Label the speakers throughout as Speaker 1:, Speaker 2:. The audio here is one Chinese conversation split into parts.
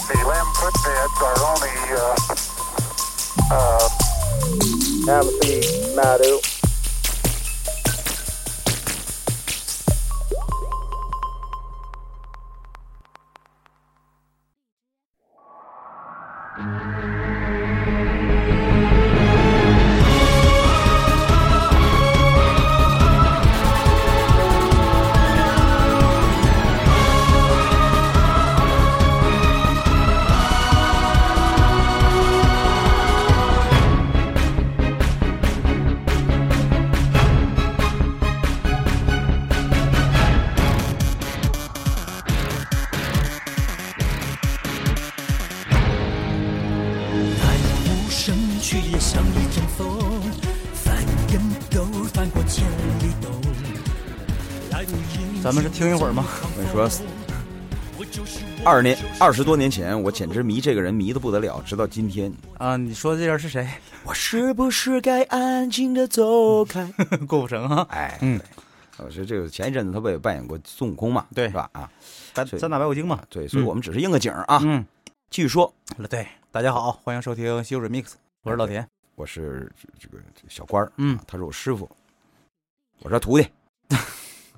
Speaker 1: quit bids are only, uh, uh,
Speaker 2: Amity Madu.
Speaker 3: 太阳无声，却也像一阵风，翻跟斗，翻过千里冬。来路英雄
Speaker 4: 咱们是听一会儿吗？
Speaker 5: 我跟你说，
Speaker 3: 我就是我
Speaker 5: 二年二十多年前，我简直迷这个人迷得不得了，直到今天。
Speaker 4: 啊，你说的这人是谁？
Speaker 5: 我是不是该安静的走 开？
Speaker 4: 郭富城啊？
Speaker 5: 哎，
Speaker 4: 嗯
Speaker 5: 对，我说这个前一阵子他不也扮演过孙悟空嘛，
Speaker 4: 对
Speaker 5: 是吧？啊，
Speaker 4: 咱
Speaker 5: 所以
Speaker 4: 咱打白骨精嘛？
Speaker 5: 对，所以
Speaker 4: 嗯
Speaker 5: 我们只是应个景儿啊。
Speaker 4: 嗯，
Speaker 5: 继续说，
Speaker 4: 对，大家好，欢迎收听《西游 Remix》，我是老田。
Speaker 5: 我是这个小官儿，啊
Speaker 4: 嗯，
Speaker 5: 他是我师傅，我是他徒弟，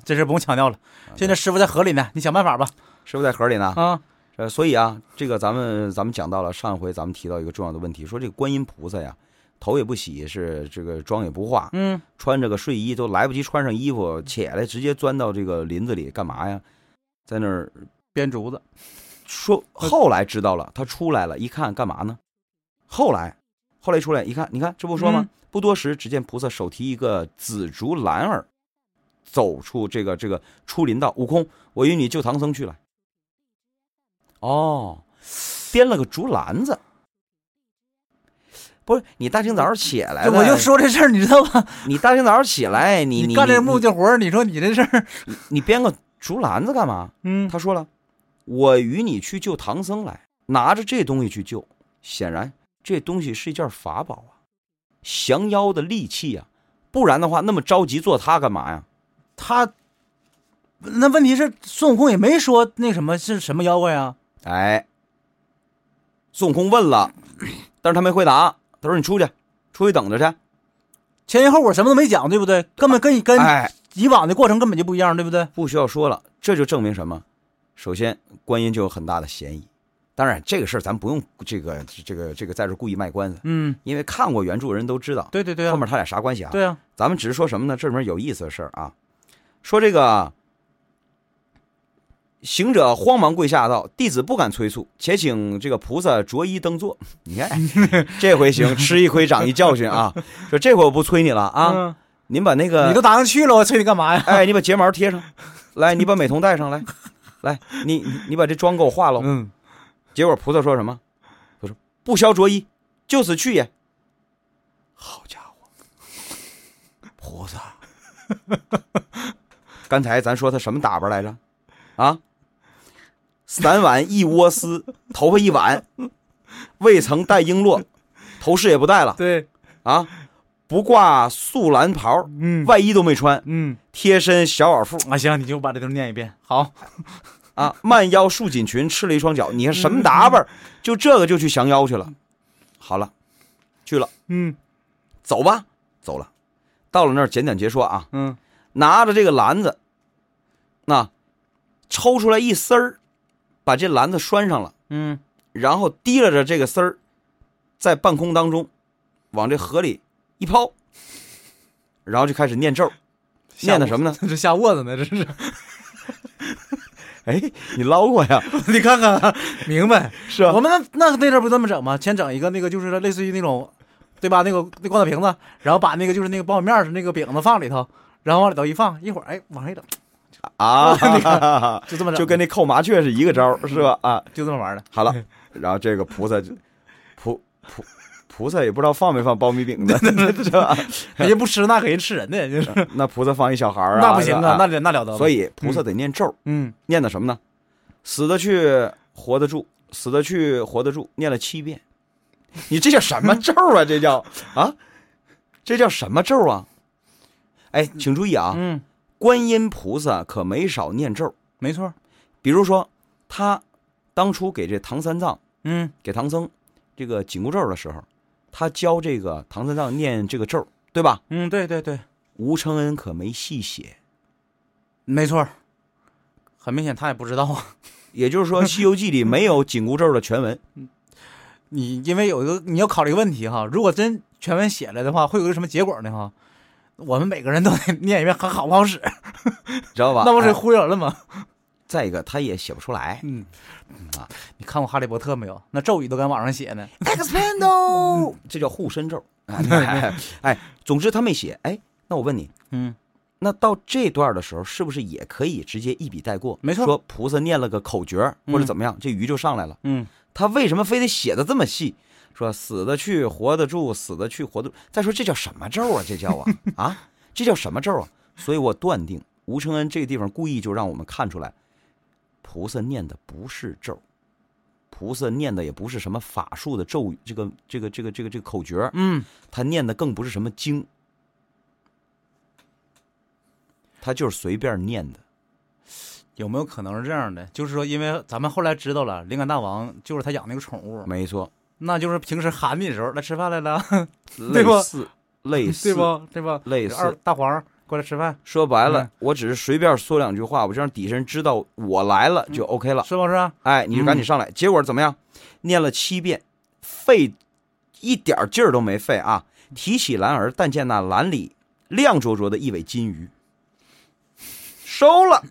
Speaker 4: 这事不用强调了，
Speaker 5: 啊
Speaker 4: 现在师傅在河里呢，你想办法吧。
Speaker 5: 师傅在河里呢。
Speaker 4: 啊，
Speaker 5: 呃，所以啊，这个咱们咱们讲到了上一回，咱们提到一个重要的问题，说这个观音菩萨呀，头也不洗，是这个妆也不化，
Speaker 4: 嗯，
Speaker 5: 穿着个睡衣都来不及穿上衣服，起来直接钻到这个林子里干嘛呀？在那儿
Speaker 4: 编竹子，
Speaker 5: 说，
Speaker 4: 呃
Speaker 5: 后来知道了，他出来了，一看干嘛呢？后来，后来出来一看，你看这不说吗？
Speaker 4: 嗯
Speaker 5: 不多时，只见菩萨手提一个紫竹篮儿，走出这个这个出林道。悟空，我与你救唐僧去了。哦，编了个竹篮子。不是你大清早上起来的，
Speaker 4: 我就说这事儿，你知道吧？
Speaker 5: 你大清早上起来，哎你
Speaker 4: 干这
Speaker 5: 你
Speaker 4: 木
Speaker 5: 你
Speaker 4: 匠活儿，你说你这事儿，
Speaker 5: 你编个竹篮子干嘛？
Speaker 4: 嗯，
Speaker 5: 他说了：“我与你去救唐僧来，拿着这东西去救。显然，这东西是一件法宝啊，降妖的利器呀、不然的话，那么着急做它干嘛呀？
Speaker 4: 他那问题是孙悟空也没说那什么是什么妖怪啊？
Speaker 5: 哎，孙悟空问了，但是他没回答。他说：‘你出去，出去等着去。
Speaker 4: 前因后果什么都没讲，对不对？根本跟’跟
Speaker 5: 哎，
Speaker 4: 以往的过程根本就不一样，对不对？
Speaker 5: 不需要说了，这就证明什么？首先，观音就有很大的嫌疑。当然，这个事儿咱不用这个这个这个在这故意卖关子，
Speaker 4: 嗯，
Speaker 5: 因为看过原著人都知道
Speaker 4: 对对对
Speaker 5: 后
Speaker 4: 啊，
Speaker 5: 面他俩啥关系啊？
Speaker 4: 对啊，
Speaker 5: 咱们只是说什么呢？这里面有意思的事儿啊，说这个行者慌忙跪下道：“弟子不敢催促，且请这个菩萨着衣登座。” 你看这回行，吃一亏长一教训啊！说这回我不催你了啊，
Speaker 4: 嗯
Speaker 5: 您把那
Speaker 4: 你
Speaker 5: 个
Speaker 4: 都答应去了，我催你干嘛呀？
Speaker 5: 哎，你把睫毛贴上，来，你把美瞳戴上来，来，你你你把这妆给我化了。
Speaker 4: 嗯，
Speaker 5: 结果菩萨说什么？他说：“不消着衣，就此去也。”好家伙，菩萨！ 刚才咱说他什么打扮来着？啊，散挽一窝丝， 头发一挽，未曾戴璎珞，头饰也不戴了
Speaker 4: 对，
Speaker 5: 啊，不挂素蓝袍，
Speaker 4: 嗯
Speaker 5: 外衣都没穿，
Speaker 4: 嗯，
Speaker 5: 贴身小袄裤
Speaker 4: 啊行，你就把这都念一遍，好，
Speaker 5: 啊，慢腰束紧裙，赤了一双脚。你看什么打扮儿？就这个就去降妖去了。好了，去了，
Speaker 4: 嗯
Speaker 5: 走吧，走了。到了那儿，简短截说啊，
Speaker 4: 嗯，
Speaker 5: 拿着这个篮子，那抽出来一丝儿，把这篮子拴上了，
Speaker 4: 嗯，
Speaker 5: 然后提拉着这个丝儿，在半空当中往这河里一抛，然后就开始念咒，念的什么呢？
Speaker 4: 这下窝子呢，这是，
Speaker 5: 哎，你捞过呀？
Speaker 4: 你看看，明白？
Speaker 5: 是啊吧
Speaker 4: 我们那那那阵儿不这么整吗？先整一个那个就是类似于那种，对吧？那个那罐头瓶子，然后把那个就是那个苞米面儿那个饼子放里头，然后往里头一放，一会儿哎往上一整，，
Speaker 5: 啊
Speaker 4: 就这么整，
Speaker 5: 就跟那扣麻雀是一个招儿，是吧？啊，
Speaker 4: 就这么玩儿的。
Speaker 5: 好了，然后这个菩萨就 菩菩菩萨也不知道放没放苞米饼子， 是吧？
Speaker 4: 人家不吃那可人吃人 的，人家是
Speaker 5: 那菩萨放一小孩儿啊，
Speaker 4: 那不行
Speaker 5: 啊是吧
Speaker 4: 啊，那得那了得吧。
Speaker 5: 所以菩萨得念咒，
Speaker 4: 嗯，
Speaker 5: 念的什么呢？死得去，活得住；死得去，活得住。念了七遍，你这叫什么咒 啊？这叫啊，这叫什么咒啊？哎，请注意啊，
Speaker 4: 嗯，
Speaker 5: 观音菩萨可没少念咒。
Speaker 4: 没错，
Speaker 5: 比如说，他当初给这唐三藏
Speaker 4: 嗯
Speaker 5: 给唐僧这个紧箍咒的时候，他教这个唐三藏念这个咒，对吧？
Speaker 4: 嗯，对对对，
Speaker 5: 吴承恩可没细写，
Speaker 4: 没错儿，很明显他也不知道啊。
Speaker 5: 也就是说，《西游记》里没有紧箍咒的全文。
Speaker 4: 你因为有一个你要考虑一个问题哈，如果真全文写了的话，会有一个什么结果呢哈？我们每个人都得 念一遍，还好不好使？
Speaker 5: 知道吧？
Speaker 4: 那不是
Speaker 5: 哎
Speaker 4: 忽悠人了吗？
Speaker 5: 再一个，他也写不出来。
Speaker 4: 嗯，你看过《哈利波特》没有？那咒语都敢往上写呢。
Speaker 5: Expando，这嗯叫护身咒。哎，哎总之他没写。哎，那我问你，
Speaker 4: 嗯，
Speaker 5: 那到这段的时候，是不是也可以直接一笔带过？
Speaker 4: 没错
Speaker 5: 说菩萨念了个口诀儿或者
Speaker 4: 嗯
Speaker 5: 怎么样，这鱼就上来了。
Speaker 4: 嗯，
Speaker 5: 他为什么非得写的这么细？说死的去，活的住，死的去，活的住。再说这叫什么咒啊？这叫啊啊，这叫什么咒啊？所以我断定，吴承恩这个地方故意就让我们看出来，菩萨念的不是咒，菩萨念的也不是什么法术的咒语，这个这个这个这个这个口诀儿，
Speaker 4: 嗯，
Speaker 5: 他念的更不是什么经，他就是随便念的。
Speaker 4: 有没有可能是这样的？就是说，因为咱们后来知道了，灵感大王就是他养那个宠物，
Speaker 5: 没错，
Speaker 4: 那就是平时喊你的时候来吃饭来了，
Speaker 5: 类
Speaker 4: 吧
Speaker 5: 似类
Speaker 4: 对
Speaker 5: 似
Speaker 4: 不？对吧？
Speaker 5: 类似
Speaker 4: 二大黄儿过来吃饭，
Speaker 5: 说白了，
Speaker 4: 嗯
Speaker 5: 我只是随便说两句话，我就让底下人知道我来了
Speaker 4: 嗯
Speaker 5: 就 OK 了。
Speaker 4: 是不啊是？
Speaker 5: 哎，你就
Speaker 4: 嗯
Speaker 5: 赶紧上来。结果怎么样？念了七遍，费一点劲儿都没费啊！提起篮儿，但见那篮里亮灼灼的一尾金鱼，收了。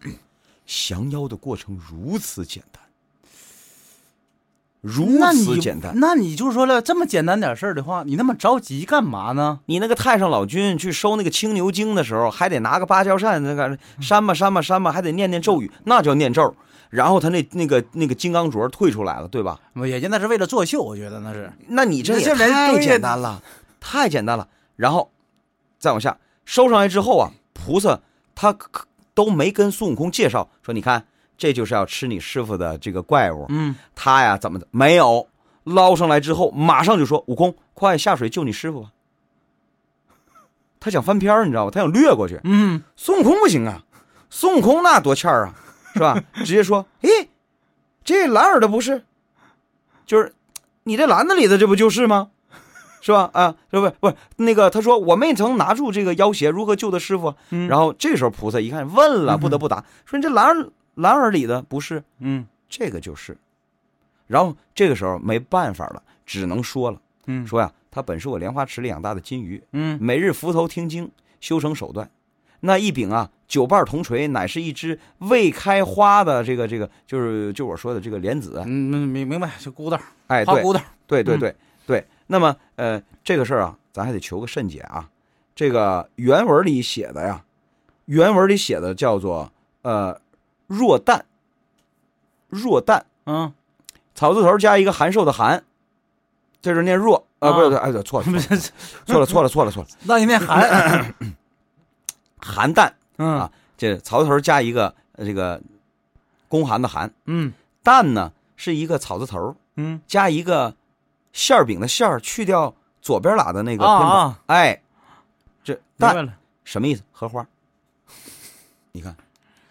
Speaker 5: 降妖的过程如此简单，如
Speaker 4: 那
Speaker 5: 此
Speaker 4: 你
Speaker 5: 简单。
Speaker 4: 那你就说了这么简单点事儿的话，你那么着急干嘛呢？
Speaker 5: 你那个太上老君去收那个青牛精的时候，还得拿个芭蕉扇，那个扇吧扇吧扇吧，还得念念咒语，那叫念咒。然后他那那个那个金刚镯退出来了，对吧？
Speaker 4: 我也就那是为了作秀，我觉得那是。
Speaker 5: 那你这
Speaker 4: 那
Speaker 5: 也
Speaker 4: 这人
Speaker 5: 太
Speaker 4: 对呀
Speaker 5: 简单了，太简单了。然后再往下收上来之后啊，菩萨他可都没跟孙悟空介绍说，你看这就是要吃你师傅的这个怪物，
Speaker 4: 嗯，
Speaker 5: 他呀怎么的没有捞上来之后，马上就说悟空，快下水救你师傅吧。他想翻篇儿，你知道吧？他想掠过去。
Speaker 4: 嗯，
Speaker 5: 孙悟空不行啊，孙悟空那多欠儿啊，是吧？ 直接说，诶，这蓝耳的不是，就是你这篮子里的这不就是吗？是吧？啊，这不不是那个，他说我没曾拿住这个要挟，如何救的师傅啊？
Speaker 4: 嗯
Speaker 5: 然后这时候菩萨一看问了，不得不答，说你这篮儿篮耳里的不是，
Speaker 4: 嗯
Speaker 5: 这个就是。然后这个时候没办法了，只能说了，
Speaker 4: 嗯
Speaker 5: 说呀，他本是我莲花池里养大的金鱼，
Speaker 4: 嗯
Speaker 5: 每日伏头听经，修成手段。那一柄啊，九瓣铜锤，乃是一只未开花的这个这个，就是就我说的这个莲子啊。
Speaker 4: 嗯，明明白，就孤岛，
Speaker 5: 哎，
Speaker 4: 花
Speaker 5: 对
Speaker 4: 孤 岛。
Speaker 5: 对对
Speaker 4: 嗯
Speaker 5: 对、对。那么呃，这个事儿啊，咱还得求个甚解啊。这个原文里写的呀，原文里写的叫做呃弱蛋，弱蛋
Speaker 4: 嗯，
Speaker 5: 草字头加一个函授的函，这是念弱啊、
Speaker 4: 啊
Speaker 5: 不是对，哎对，错 了
Speaker 4: 不是，
Speaker 5: 错了错了错了错了错了，
Speaker 4: 那你那寒，
Speaker 5: 寒蛋。
Speaker 4: 嗯
Speaker 5: 啊这草字头加一个呃这个公函的函，
Speaker 4: 嗯
Speaker 5: 蛋呢是一个草字头
Speaker 4: 嗯，
Speaker 5: 加一个馅儿饼的馅儿，去掉左边俩的那个
Speaker 4: 啊
Speaker 5: 偏旁，
Speaker 4: 啊
Speaker 5: 哎，这
Speaker 4: 明
Speaker 5: 蛋
Speaker 4: 白了，
Speaker 5: 什么意思？荷花。你看，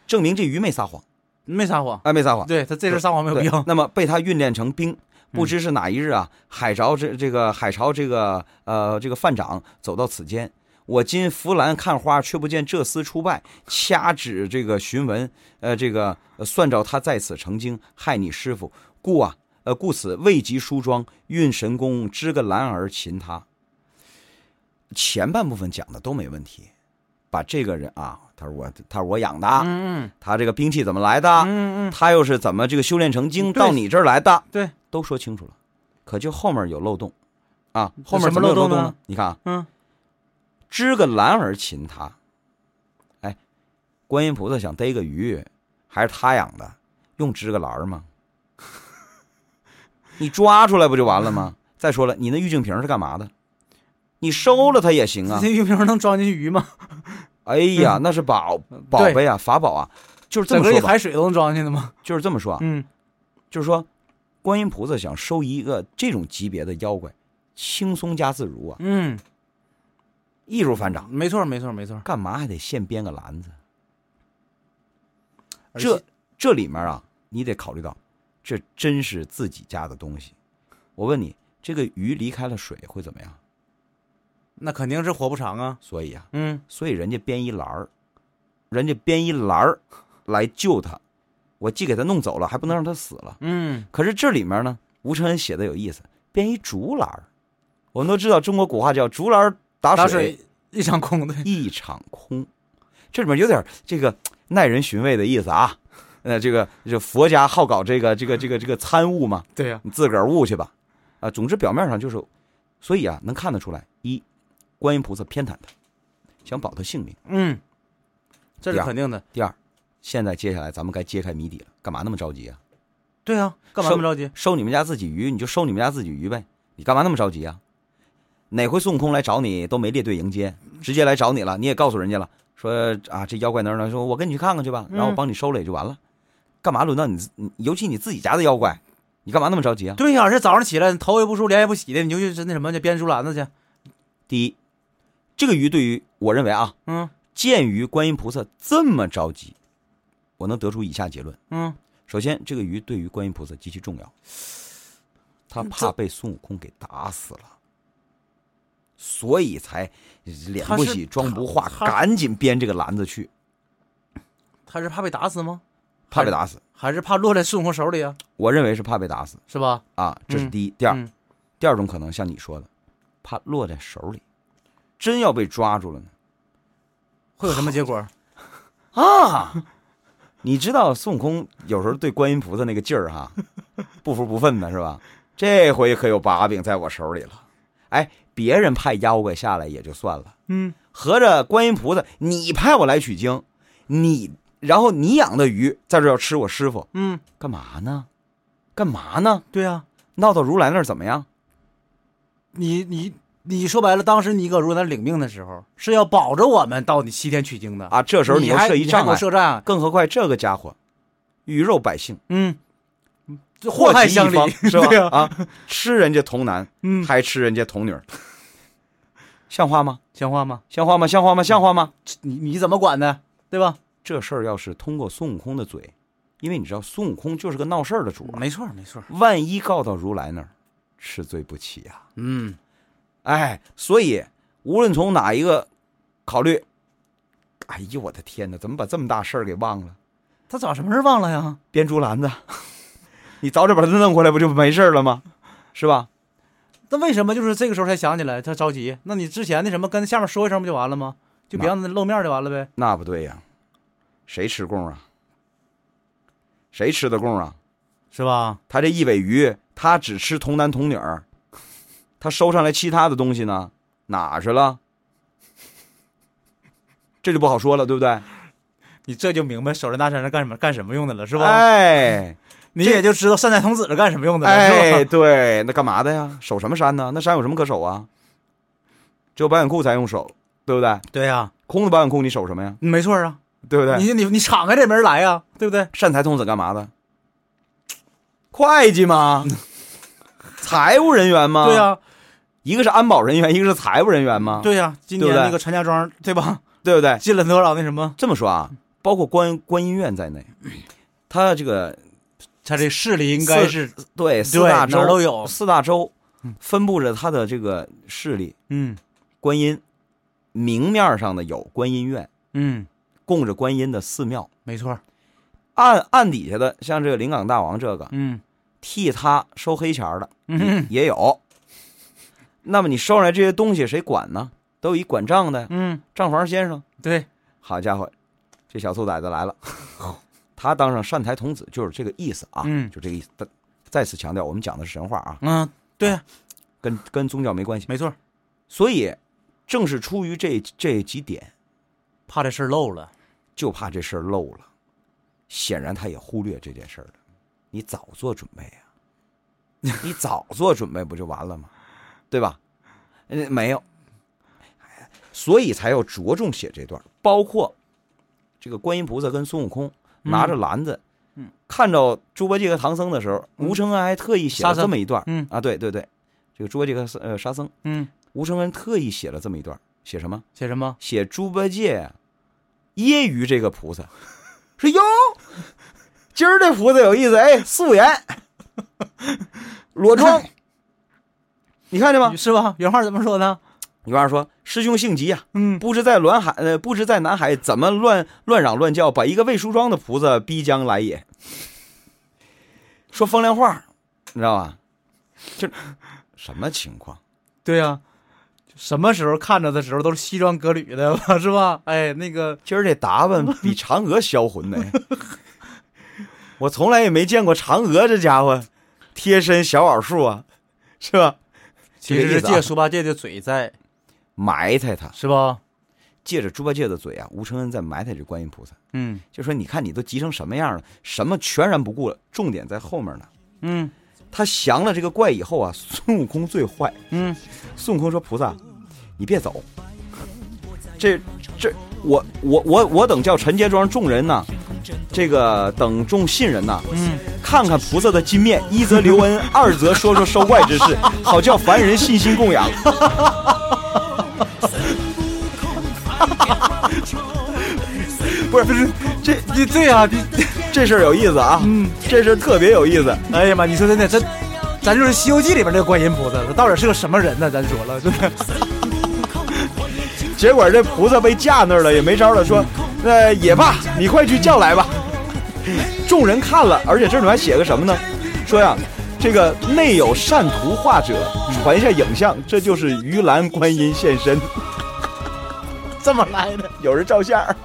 Speaker 5: 证明这鱼没撒谎，
Speaker 4: 没撒谎。
Speaker 5: 哎，没撒谎，
Speaker 4: 对他这事撒谎没有必
Speaker 5: 对
Speaker 4: 要。
Speaker 5: 那么被他训练成兵，不知是哪一日啊，海潮这这个海潮这个呃这个范长走到此间，我今扶栏看花，却不见这厮出败，掐指这个询问，呃这个呃算着他在此成精，害你师傅，故啊呃故此未及梳妆，运神功支个兰儿擒他。前半部分讲的都没问题，把这个人啊，他说我他是我养的，
Speaker 4: 嗯
Speaker 5: 他这个兵器怎么来的，
Speaker 4: 嗯嗯嗯，
Speaker 5: 他又是怎么这个修炼成精
Speaker 4: 对
Speaker 5: 到你这儿来的？
Speaker 4: 对，
Speaker 5: 都说清楚了，可就后面有漏洞啊！后
Speaker 4: 嗯什
Speaker 5: 面
Speaker 4: 么
Speaker 5: 怎
Speaker 4: 漏
Speaker 5: 有
Speaker 4: 洞
Speaker 5: 漏洞
Speaker 4: 呢？
Speaker 5: 你看啊，
Speaker 4: 嗯，
Speaker 5: 支个篮儿擒他，哎，观音菩萨想逮个鱼，还是他养的，用支个篮 儿吗？你抓出来不就完了吗？再说了，你那玉净瓶是干嘛的？你收了它也行
Speaker 4: 嗯
Speaker 5: 啊
Speaker 4: 这。玉瓶能装进去鱼吗？
Speaker 5: 哎呀，那是宝宝
Speaker 4: 嗯对
Speaker 5: 贝啊，法宝啊，就是这
Speaker 4: 整个
Speaker 5: 么
Speaker 4: 一
Speaker 5: 说吧，
Speaker 4: 海水都能装进去的吗？
Speaker 5: 就是这么说啊。
Speaker 4: 嗯
Speaker 5: 就是说，观音菩萨想收一个这种级别的妖怪，轻松加自如啊，
Speaker 4: 嗯，
Speaker 5: 易如反掌。
Speaker 4: 没错没错没错。
Speaker 5: 干嘛还得现编个篮子？
Speaker 4: 而且
Speaker 5: 这这里面啊，你得考虑到，这真是自己家的东西。我问你，这个鱼离开了水会怎么样？
Speaker 4: 那肯定是活不长啊。
Speaker 5: 所以啊，
Speaker 4: 嗯，
Speaker 5: 所以人家编一篮儿，人家编一篮儿来救他。我既给他弄走了，还不能让他死了。
Speaker 4: 嗯，
Speaker 5: 可是这里面呢，吴承恩写的有意思，编一竹篮儿。我们都知道中国古话叫“竹篮儿打
Speaker 4: 打水一场空 的，
Speaker 5: 一场空”，这里面有点这个耐人寻味的意思啊。那这个这佛家好搞这个这个这个这个参悟嘛，
Speaker 4: 对呀、
Speaker 5: 你自个儿悟去吧。啊，总之表面上就是，所以啊，能看得出来，一，观音菩萨偏袒他，想保他性命；
Speaker 4: 嗯，这
Speaker 5: 对
Speaker 4: 是
Speaker 5: 啊
Speaker 4: 肯定的。
Speaker 5: 第二，现在接下来咱们该揭开谜底了，干嘛那么着急啊？
Speaker 4: 对啊，干嘛那么着急？
Speaker 5: 收你们家自己鱼，你就收你们家自己鱼呗，你干嘛那么着急啊？哪回孙悟空来找你都没列队迎接，直接来找你了，你也告诉人家了，说啊这妖怪哪儿哪儿，说我跟你去看看去吧，
Speaker 4: 嗯
Speaker 5: 然后我帮你收了也就完了，干嘛轮到你自，你尤其你自己家的妖怪，你干嘛那么着急啊？
Speaker 4: 对呀、这早上起来头也不梳，脸也不洗的，你就去那什么去编竹篮子去。
Speaker 5: 第一，这个鱼对于我认为啊，
Speaker 4: 嗯
Speaker 5: 鉴于观音菩萨这么着急，我能得出以下结论：
Speaker 4: 嗯，
Speaker 5: 首先，这个鱼对于观音菩萨极其重要，他怕
Speaker 4: 这
Speaker 5: 被孙悟空给打死了，所以才脸
Speaker 4: 他
Speaker 5: 不
Speaker 4: 是
Speaker 5: 洗妆不化，
Speaker 4: 他他
Speaker 5: 赶紧编这个篮子去，
Speaker 4: 他是怕被打死吗？
Speaker 5: 怕被打死。
Speaker 4: 还是怕落在孙悟空手里啊？
Speaker 5: 我认为是怕被打死
Speaker 4: 是吧？
Speaker 5: 啊，这是
Speaker 4: 嗯
Speaker 5: 第一。第二，
Speaker 4: 嗯
Speaker 5: 第二种可能像你说的，怕落在手里，真要被抓住了呢
Speaker 4: 会有什么结 果？
Speaker 5: 啊！ 你知道孙悟空有时候对观音菩萨那个劲儿哈， 不服不忿的是吧？这回可有把柄在我手里了。哎，别人派妖怪下来也就算了，
Speaker 4: 嗯，
Speaker 5: 合着观音菩萨你派我来取经，你然后你养的鱼在这儿要吃我师傅，
Speaker 4: 嗯，
Speaker 5: 干嘛呢？干嘛呢？
Speaker 4: 对呀、
Speaker 5: 闹到如来那儿怎么样？
Speaker 4: 你你你说白了，当时你搁如南领命的时候，是要保着我们到你西天取经的。
Speaker 5: 啊，这时候
Speaker 4: 你
Speaker 5: 又
Speaker 4: 还
Speaker 5: 设
Speaker 4: 你
Speaker 5: 一
Speaker 4: 还
Speaker 5: 障
Speaker 4: 给我
Speaker 5: 碍，
Speaker 4: 设障碍，
Speaker 5: 更何况这个家伙，鱼肉百姓，
Speaker 4: 嗯，这祸害
Speaker 5: 及一
Speaker 4: 乡里
Speaker 5: 方是吧
Speaker 4: 对呀、？
Speaker 5: 啊，吃人家童男，
Speaker 4: 嗯，
Speaker 5: 还吃人家童女儿，像话吗？
Speaker 4: 像话吗？
Speaker 5: 像话吗？像话吗？像话吗？
Speaker 4: 这你你怎么管的，对吧？
Speaker 5: 这事儿要是通过孙悟空的嘴，因为你知道孙悟空就是个闹事儿的主儿，
Speaker 4: 没错没错，
Speaker 5: 万一告到如来那儿，是罪不起呀、
Speaker 4: 嗯，
Speaker 5: 哎，所以无论从哪一个考虑，哎呦我的天哪，怎么把这么大事儿给忘了？
Speaker 4: 他早什么时候忘了呀？
Speaker 5: 编竹篮子， 你早点把他弄回来，不就没事儿了吗？是吧？
Speaker 4: 那为什么就是这个时候才想起来他着急？那你之前那什么跟下面说一声不就完了吗？就别让他露面就完了呗。
Speaker 5: 那不对呀、谁吃供啊？谁吃的供啊？
Speaker 4: 是吧？
Speaker 5: 他这一尾鱼，他只吃童男童女儿，他收上来其他的东西呢，哪去了？这就不好说了，对不对？
Speaker 4: 你这就明白守在大山上干什么干什么用的了，是吧？
Speaker 5: 哎
Speaker 4: 你也就知道善哉童子是干什么用的了，
Speaker 5: 哎，
Speaker 4: 是吧？
Speaker 5: 对，那干嘛的呀？守什么山呢？那山有什么可守啊？只有保险库才用手，对不对？
Speaker 4: 对呀、
Speaker 5: 空的保险库你守什么呀？
Speaker 4: 没错啊。
Speaker 5: 对不对？
Speaker 4: 你你你敞开这门来呀、对不对？
Speaker 5: 善财童子干嘛的？会 计吗？财务人员吗？
Speaker 4: 对呀、
Speaker 5: 一个是安保人员，一个是财务人员吗？
Speaker 4: 啊对呀、今
Speaker 5: 对
Speaker 4: 年
Speaker 5: 不对
Speaker 4: 那个陈家庄对吧？
Speaker 5: 对不对？
Speaker 4: 进了多少那什么？
Speaker 5: 这么说啊，包括观观音院在内，他这个
Speaker 4: 他这势力应该是
Speaker 5: 对四
Speaker 4: 对
Speaker 5: 大
Speaker 4: 哪儿都
Speaker 5: 洲
Speaker 4: 有，
Speaker 5: 四大洲分布着他的这个势力。
Speaker 4: 嗯
Speaker 5: 观音明面上的有观音院，
Speaker 4: 嗯，
Speaker 5: 供着观音的寺庙，
Speaker 4: 没错，
Speaker 5: 暗暗底下的像这个灵港大王这个
Speaker 4: 嗯
Speaker 5: 替他收黑钱儿的，
Speaker 4: 嗯
Speaker 5: 也有。 那么你收上来这些东西谁管呢？都有一管账的
Speaker 4: 嗯，
Speaker 5: 账房先生。
Speaker 4: 对，
Speaker 5: 好家伙，这小兔崽子来了， 他当上善财童子就是这个意思啊，
Speaker 4: 嗯
Speaker 5: 就这个意思。但再次强调，我们讲的是神话啊，
Speaker 4: 嗯对，
Speaker 5: 跟跟宗教没关系。
Speaker 4: 没错，
Speaker 5: 所以，正是出于这这几点，
Speaker 4: 怕这事儿漏了，
Speaker 5: 就怕这事儿漏了。显然，他也忽略这件事儿了。你早做准备啊，你早做准备不就完了吗？对吧？呃，没有，所以才要着重写这段，包括这个观音菩萨跟孙悟空拿着篮子，
Speaker 4: 嗯
Speaker 5: 看到猪八戒和唐僧的时候，
Speaker 4: 嗯
Speaker 5: 吴承恩还特意写了
Speaker 4: 沙僧
Speaker 5: 这么一段，
Speaker 4: 嗯
Speaker 5: 啊，对对对，这个猪八戒和沙呃沙僧，
Speaker 4: 嗯，
Speaker 5: 吴承恩特意写了这么一段，写什么？
Speaker 4: 写什么？
Speaker 5: 写猪八戒揶揄这个菩萨，说哟，今儿这菩萨有意思，哎，素颜，裸妆，你看见吗？
Speaker 4: 是吧？原话怎么说的？
Speaker 5: 女娃说：“师兄性急呀、
Speaker 4: 嗯，
Speaker 5: 不知在滦海，呃，不知在南海怎么乱乱嚷乱叫，把一个未梳妆的菩萨逼将来也。”说风凉话，你知道吧？就什么情况？
Speaker 4: 对呀、什么时候看着的时候都是西装革履的，是吧？哎，那个
Speaker 5: 今儿这打 扮比嫦娥销魂呢。我从来也没见过嫦娥这家伙贴身小袄束啊，是吧？
Speaker 4: 其实是
Speaker 5: 这个意思啊
Speaker 4: 借猪八戒的嘴在，
Speaker 5: 埋汰他，
Speaker 4: 是吧？
Speaker 5: 借着猪八戒的嘴啊，吴承恩在埋汰这观音菩萨，
Speaker 4: 嗯
Speaker 5: 就说你看你都急成什么样了，什么全然不顾了，重点在后面呢。
Speaker 4: 嗯
Speaker 5: 他降了这个怪以后啊，孙悟空最坏。
Speaker 4: 嗯，
Speaker 5: 孙悟空说：“菩萨，你别走，这这我我我我等叫陈家庄众人呐、这个等众信人呐、
Speaker 4: 嗯，
Speaker 5: 看看菩萨的金面，一则 留恩，二则说说收怪之事，好叫凡人信心供养。不是不是，这
Speaker 4: 你对呀、你
Speaker 5: 这事儿有意思啊，嗯，这事儿特别有意思。
Speaker 4: 哎呀妈，你说真的，这咱就是《西游记》里边这个观音菩萨，他到底是个什么人呢？咱说了，真的，
Speaker 5: 结果这菩萨被架那儿了，也没招了，说：“呃，也罢，你快去叫来吧。”众人看了，而且这里面还写个什么呢？说呀，这个内有善图画者，传下影像，这就是鱼篮观音现身，
Speaker 4: 这么来的。
Speaker 5: 有人照相儿。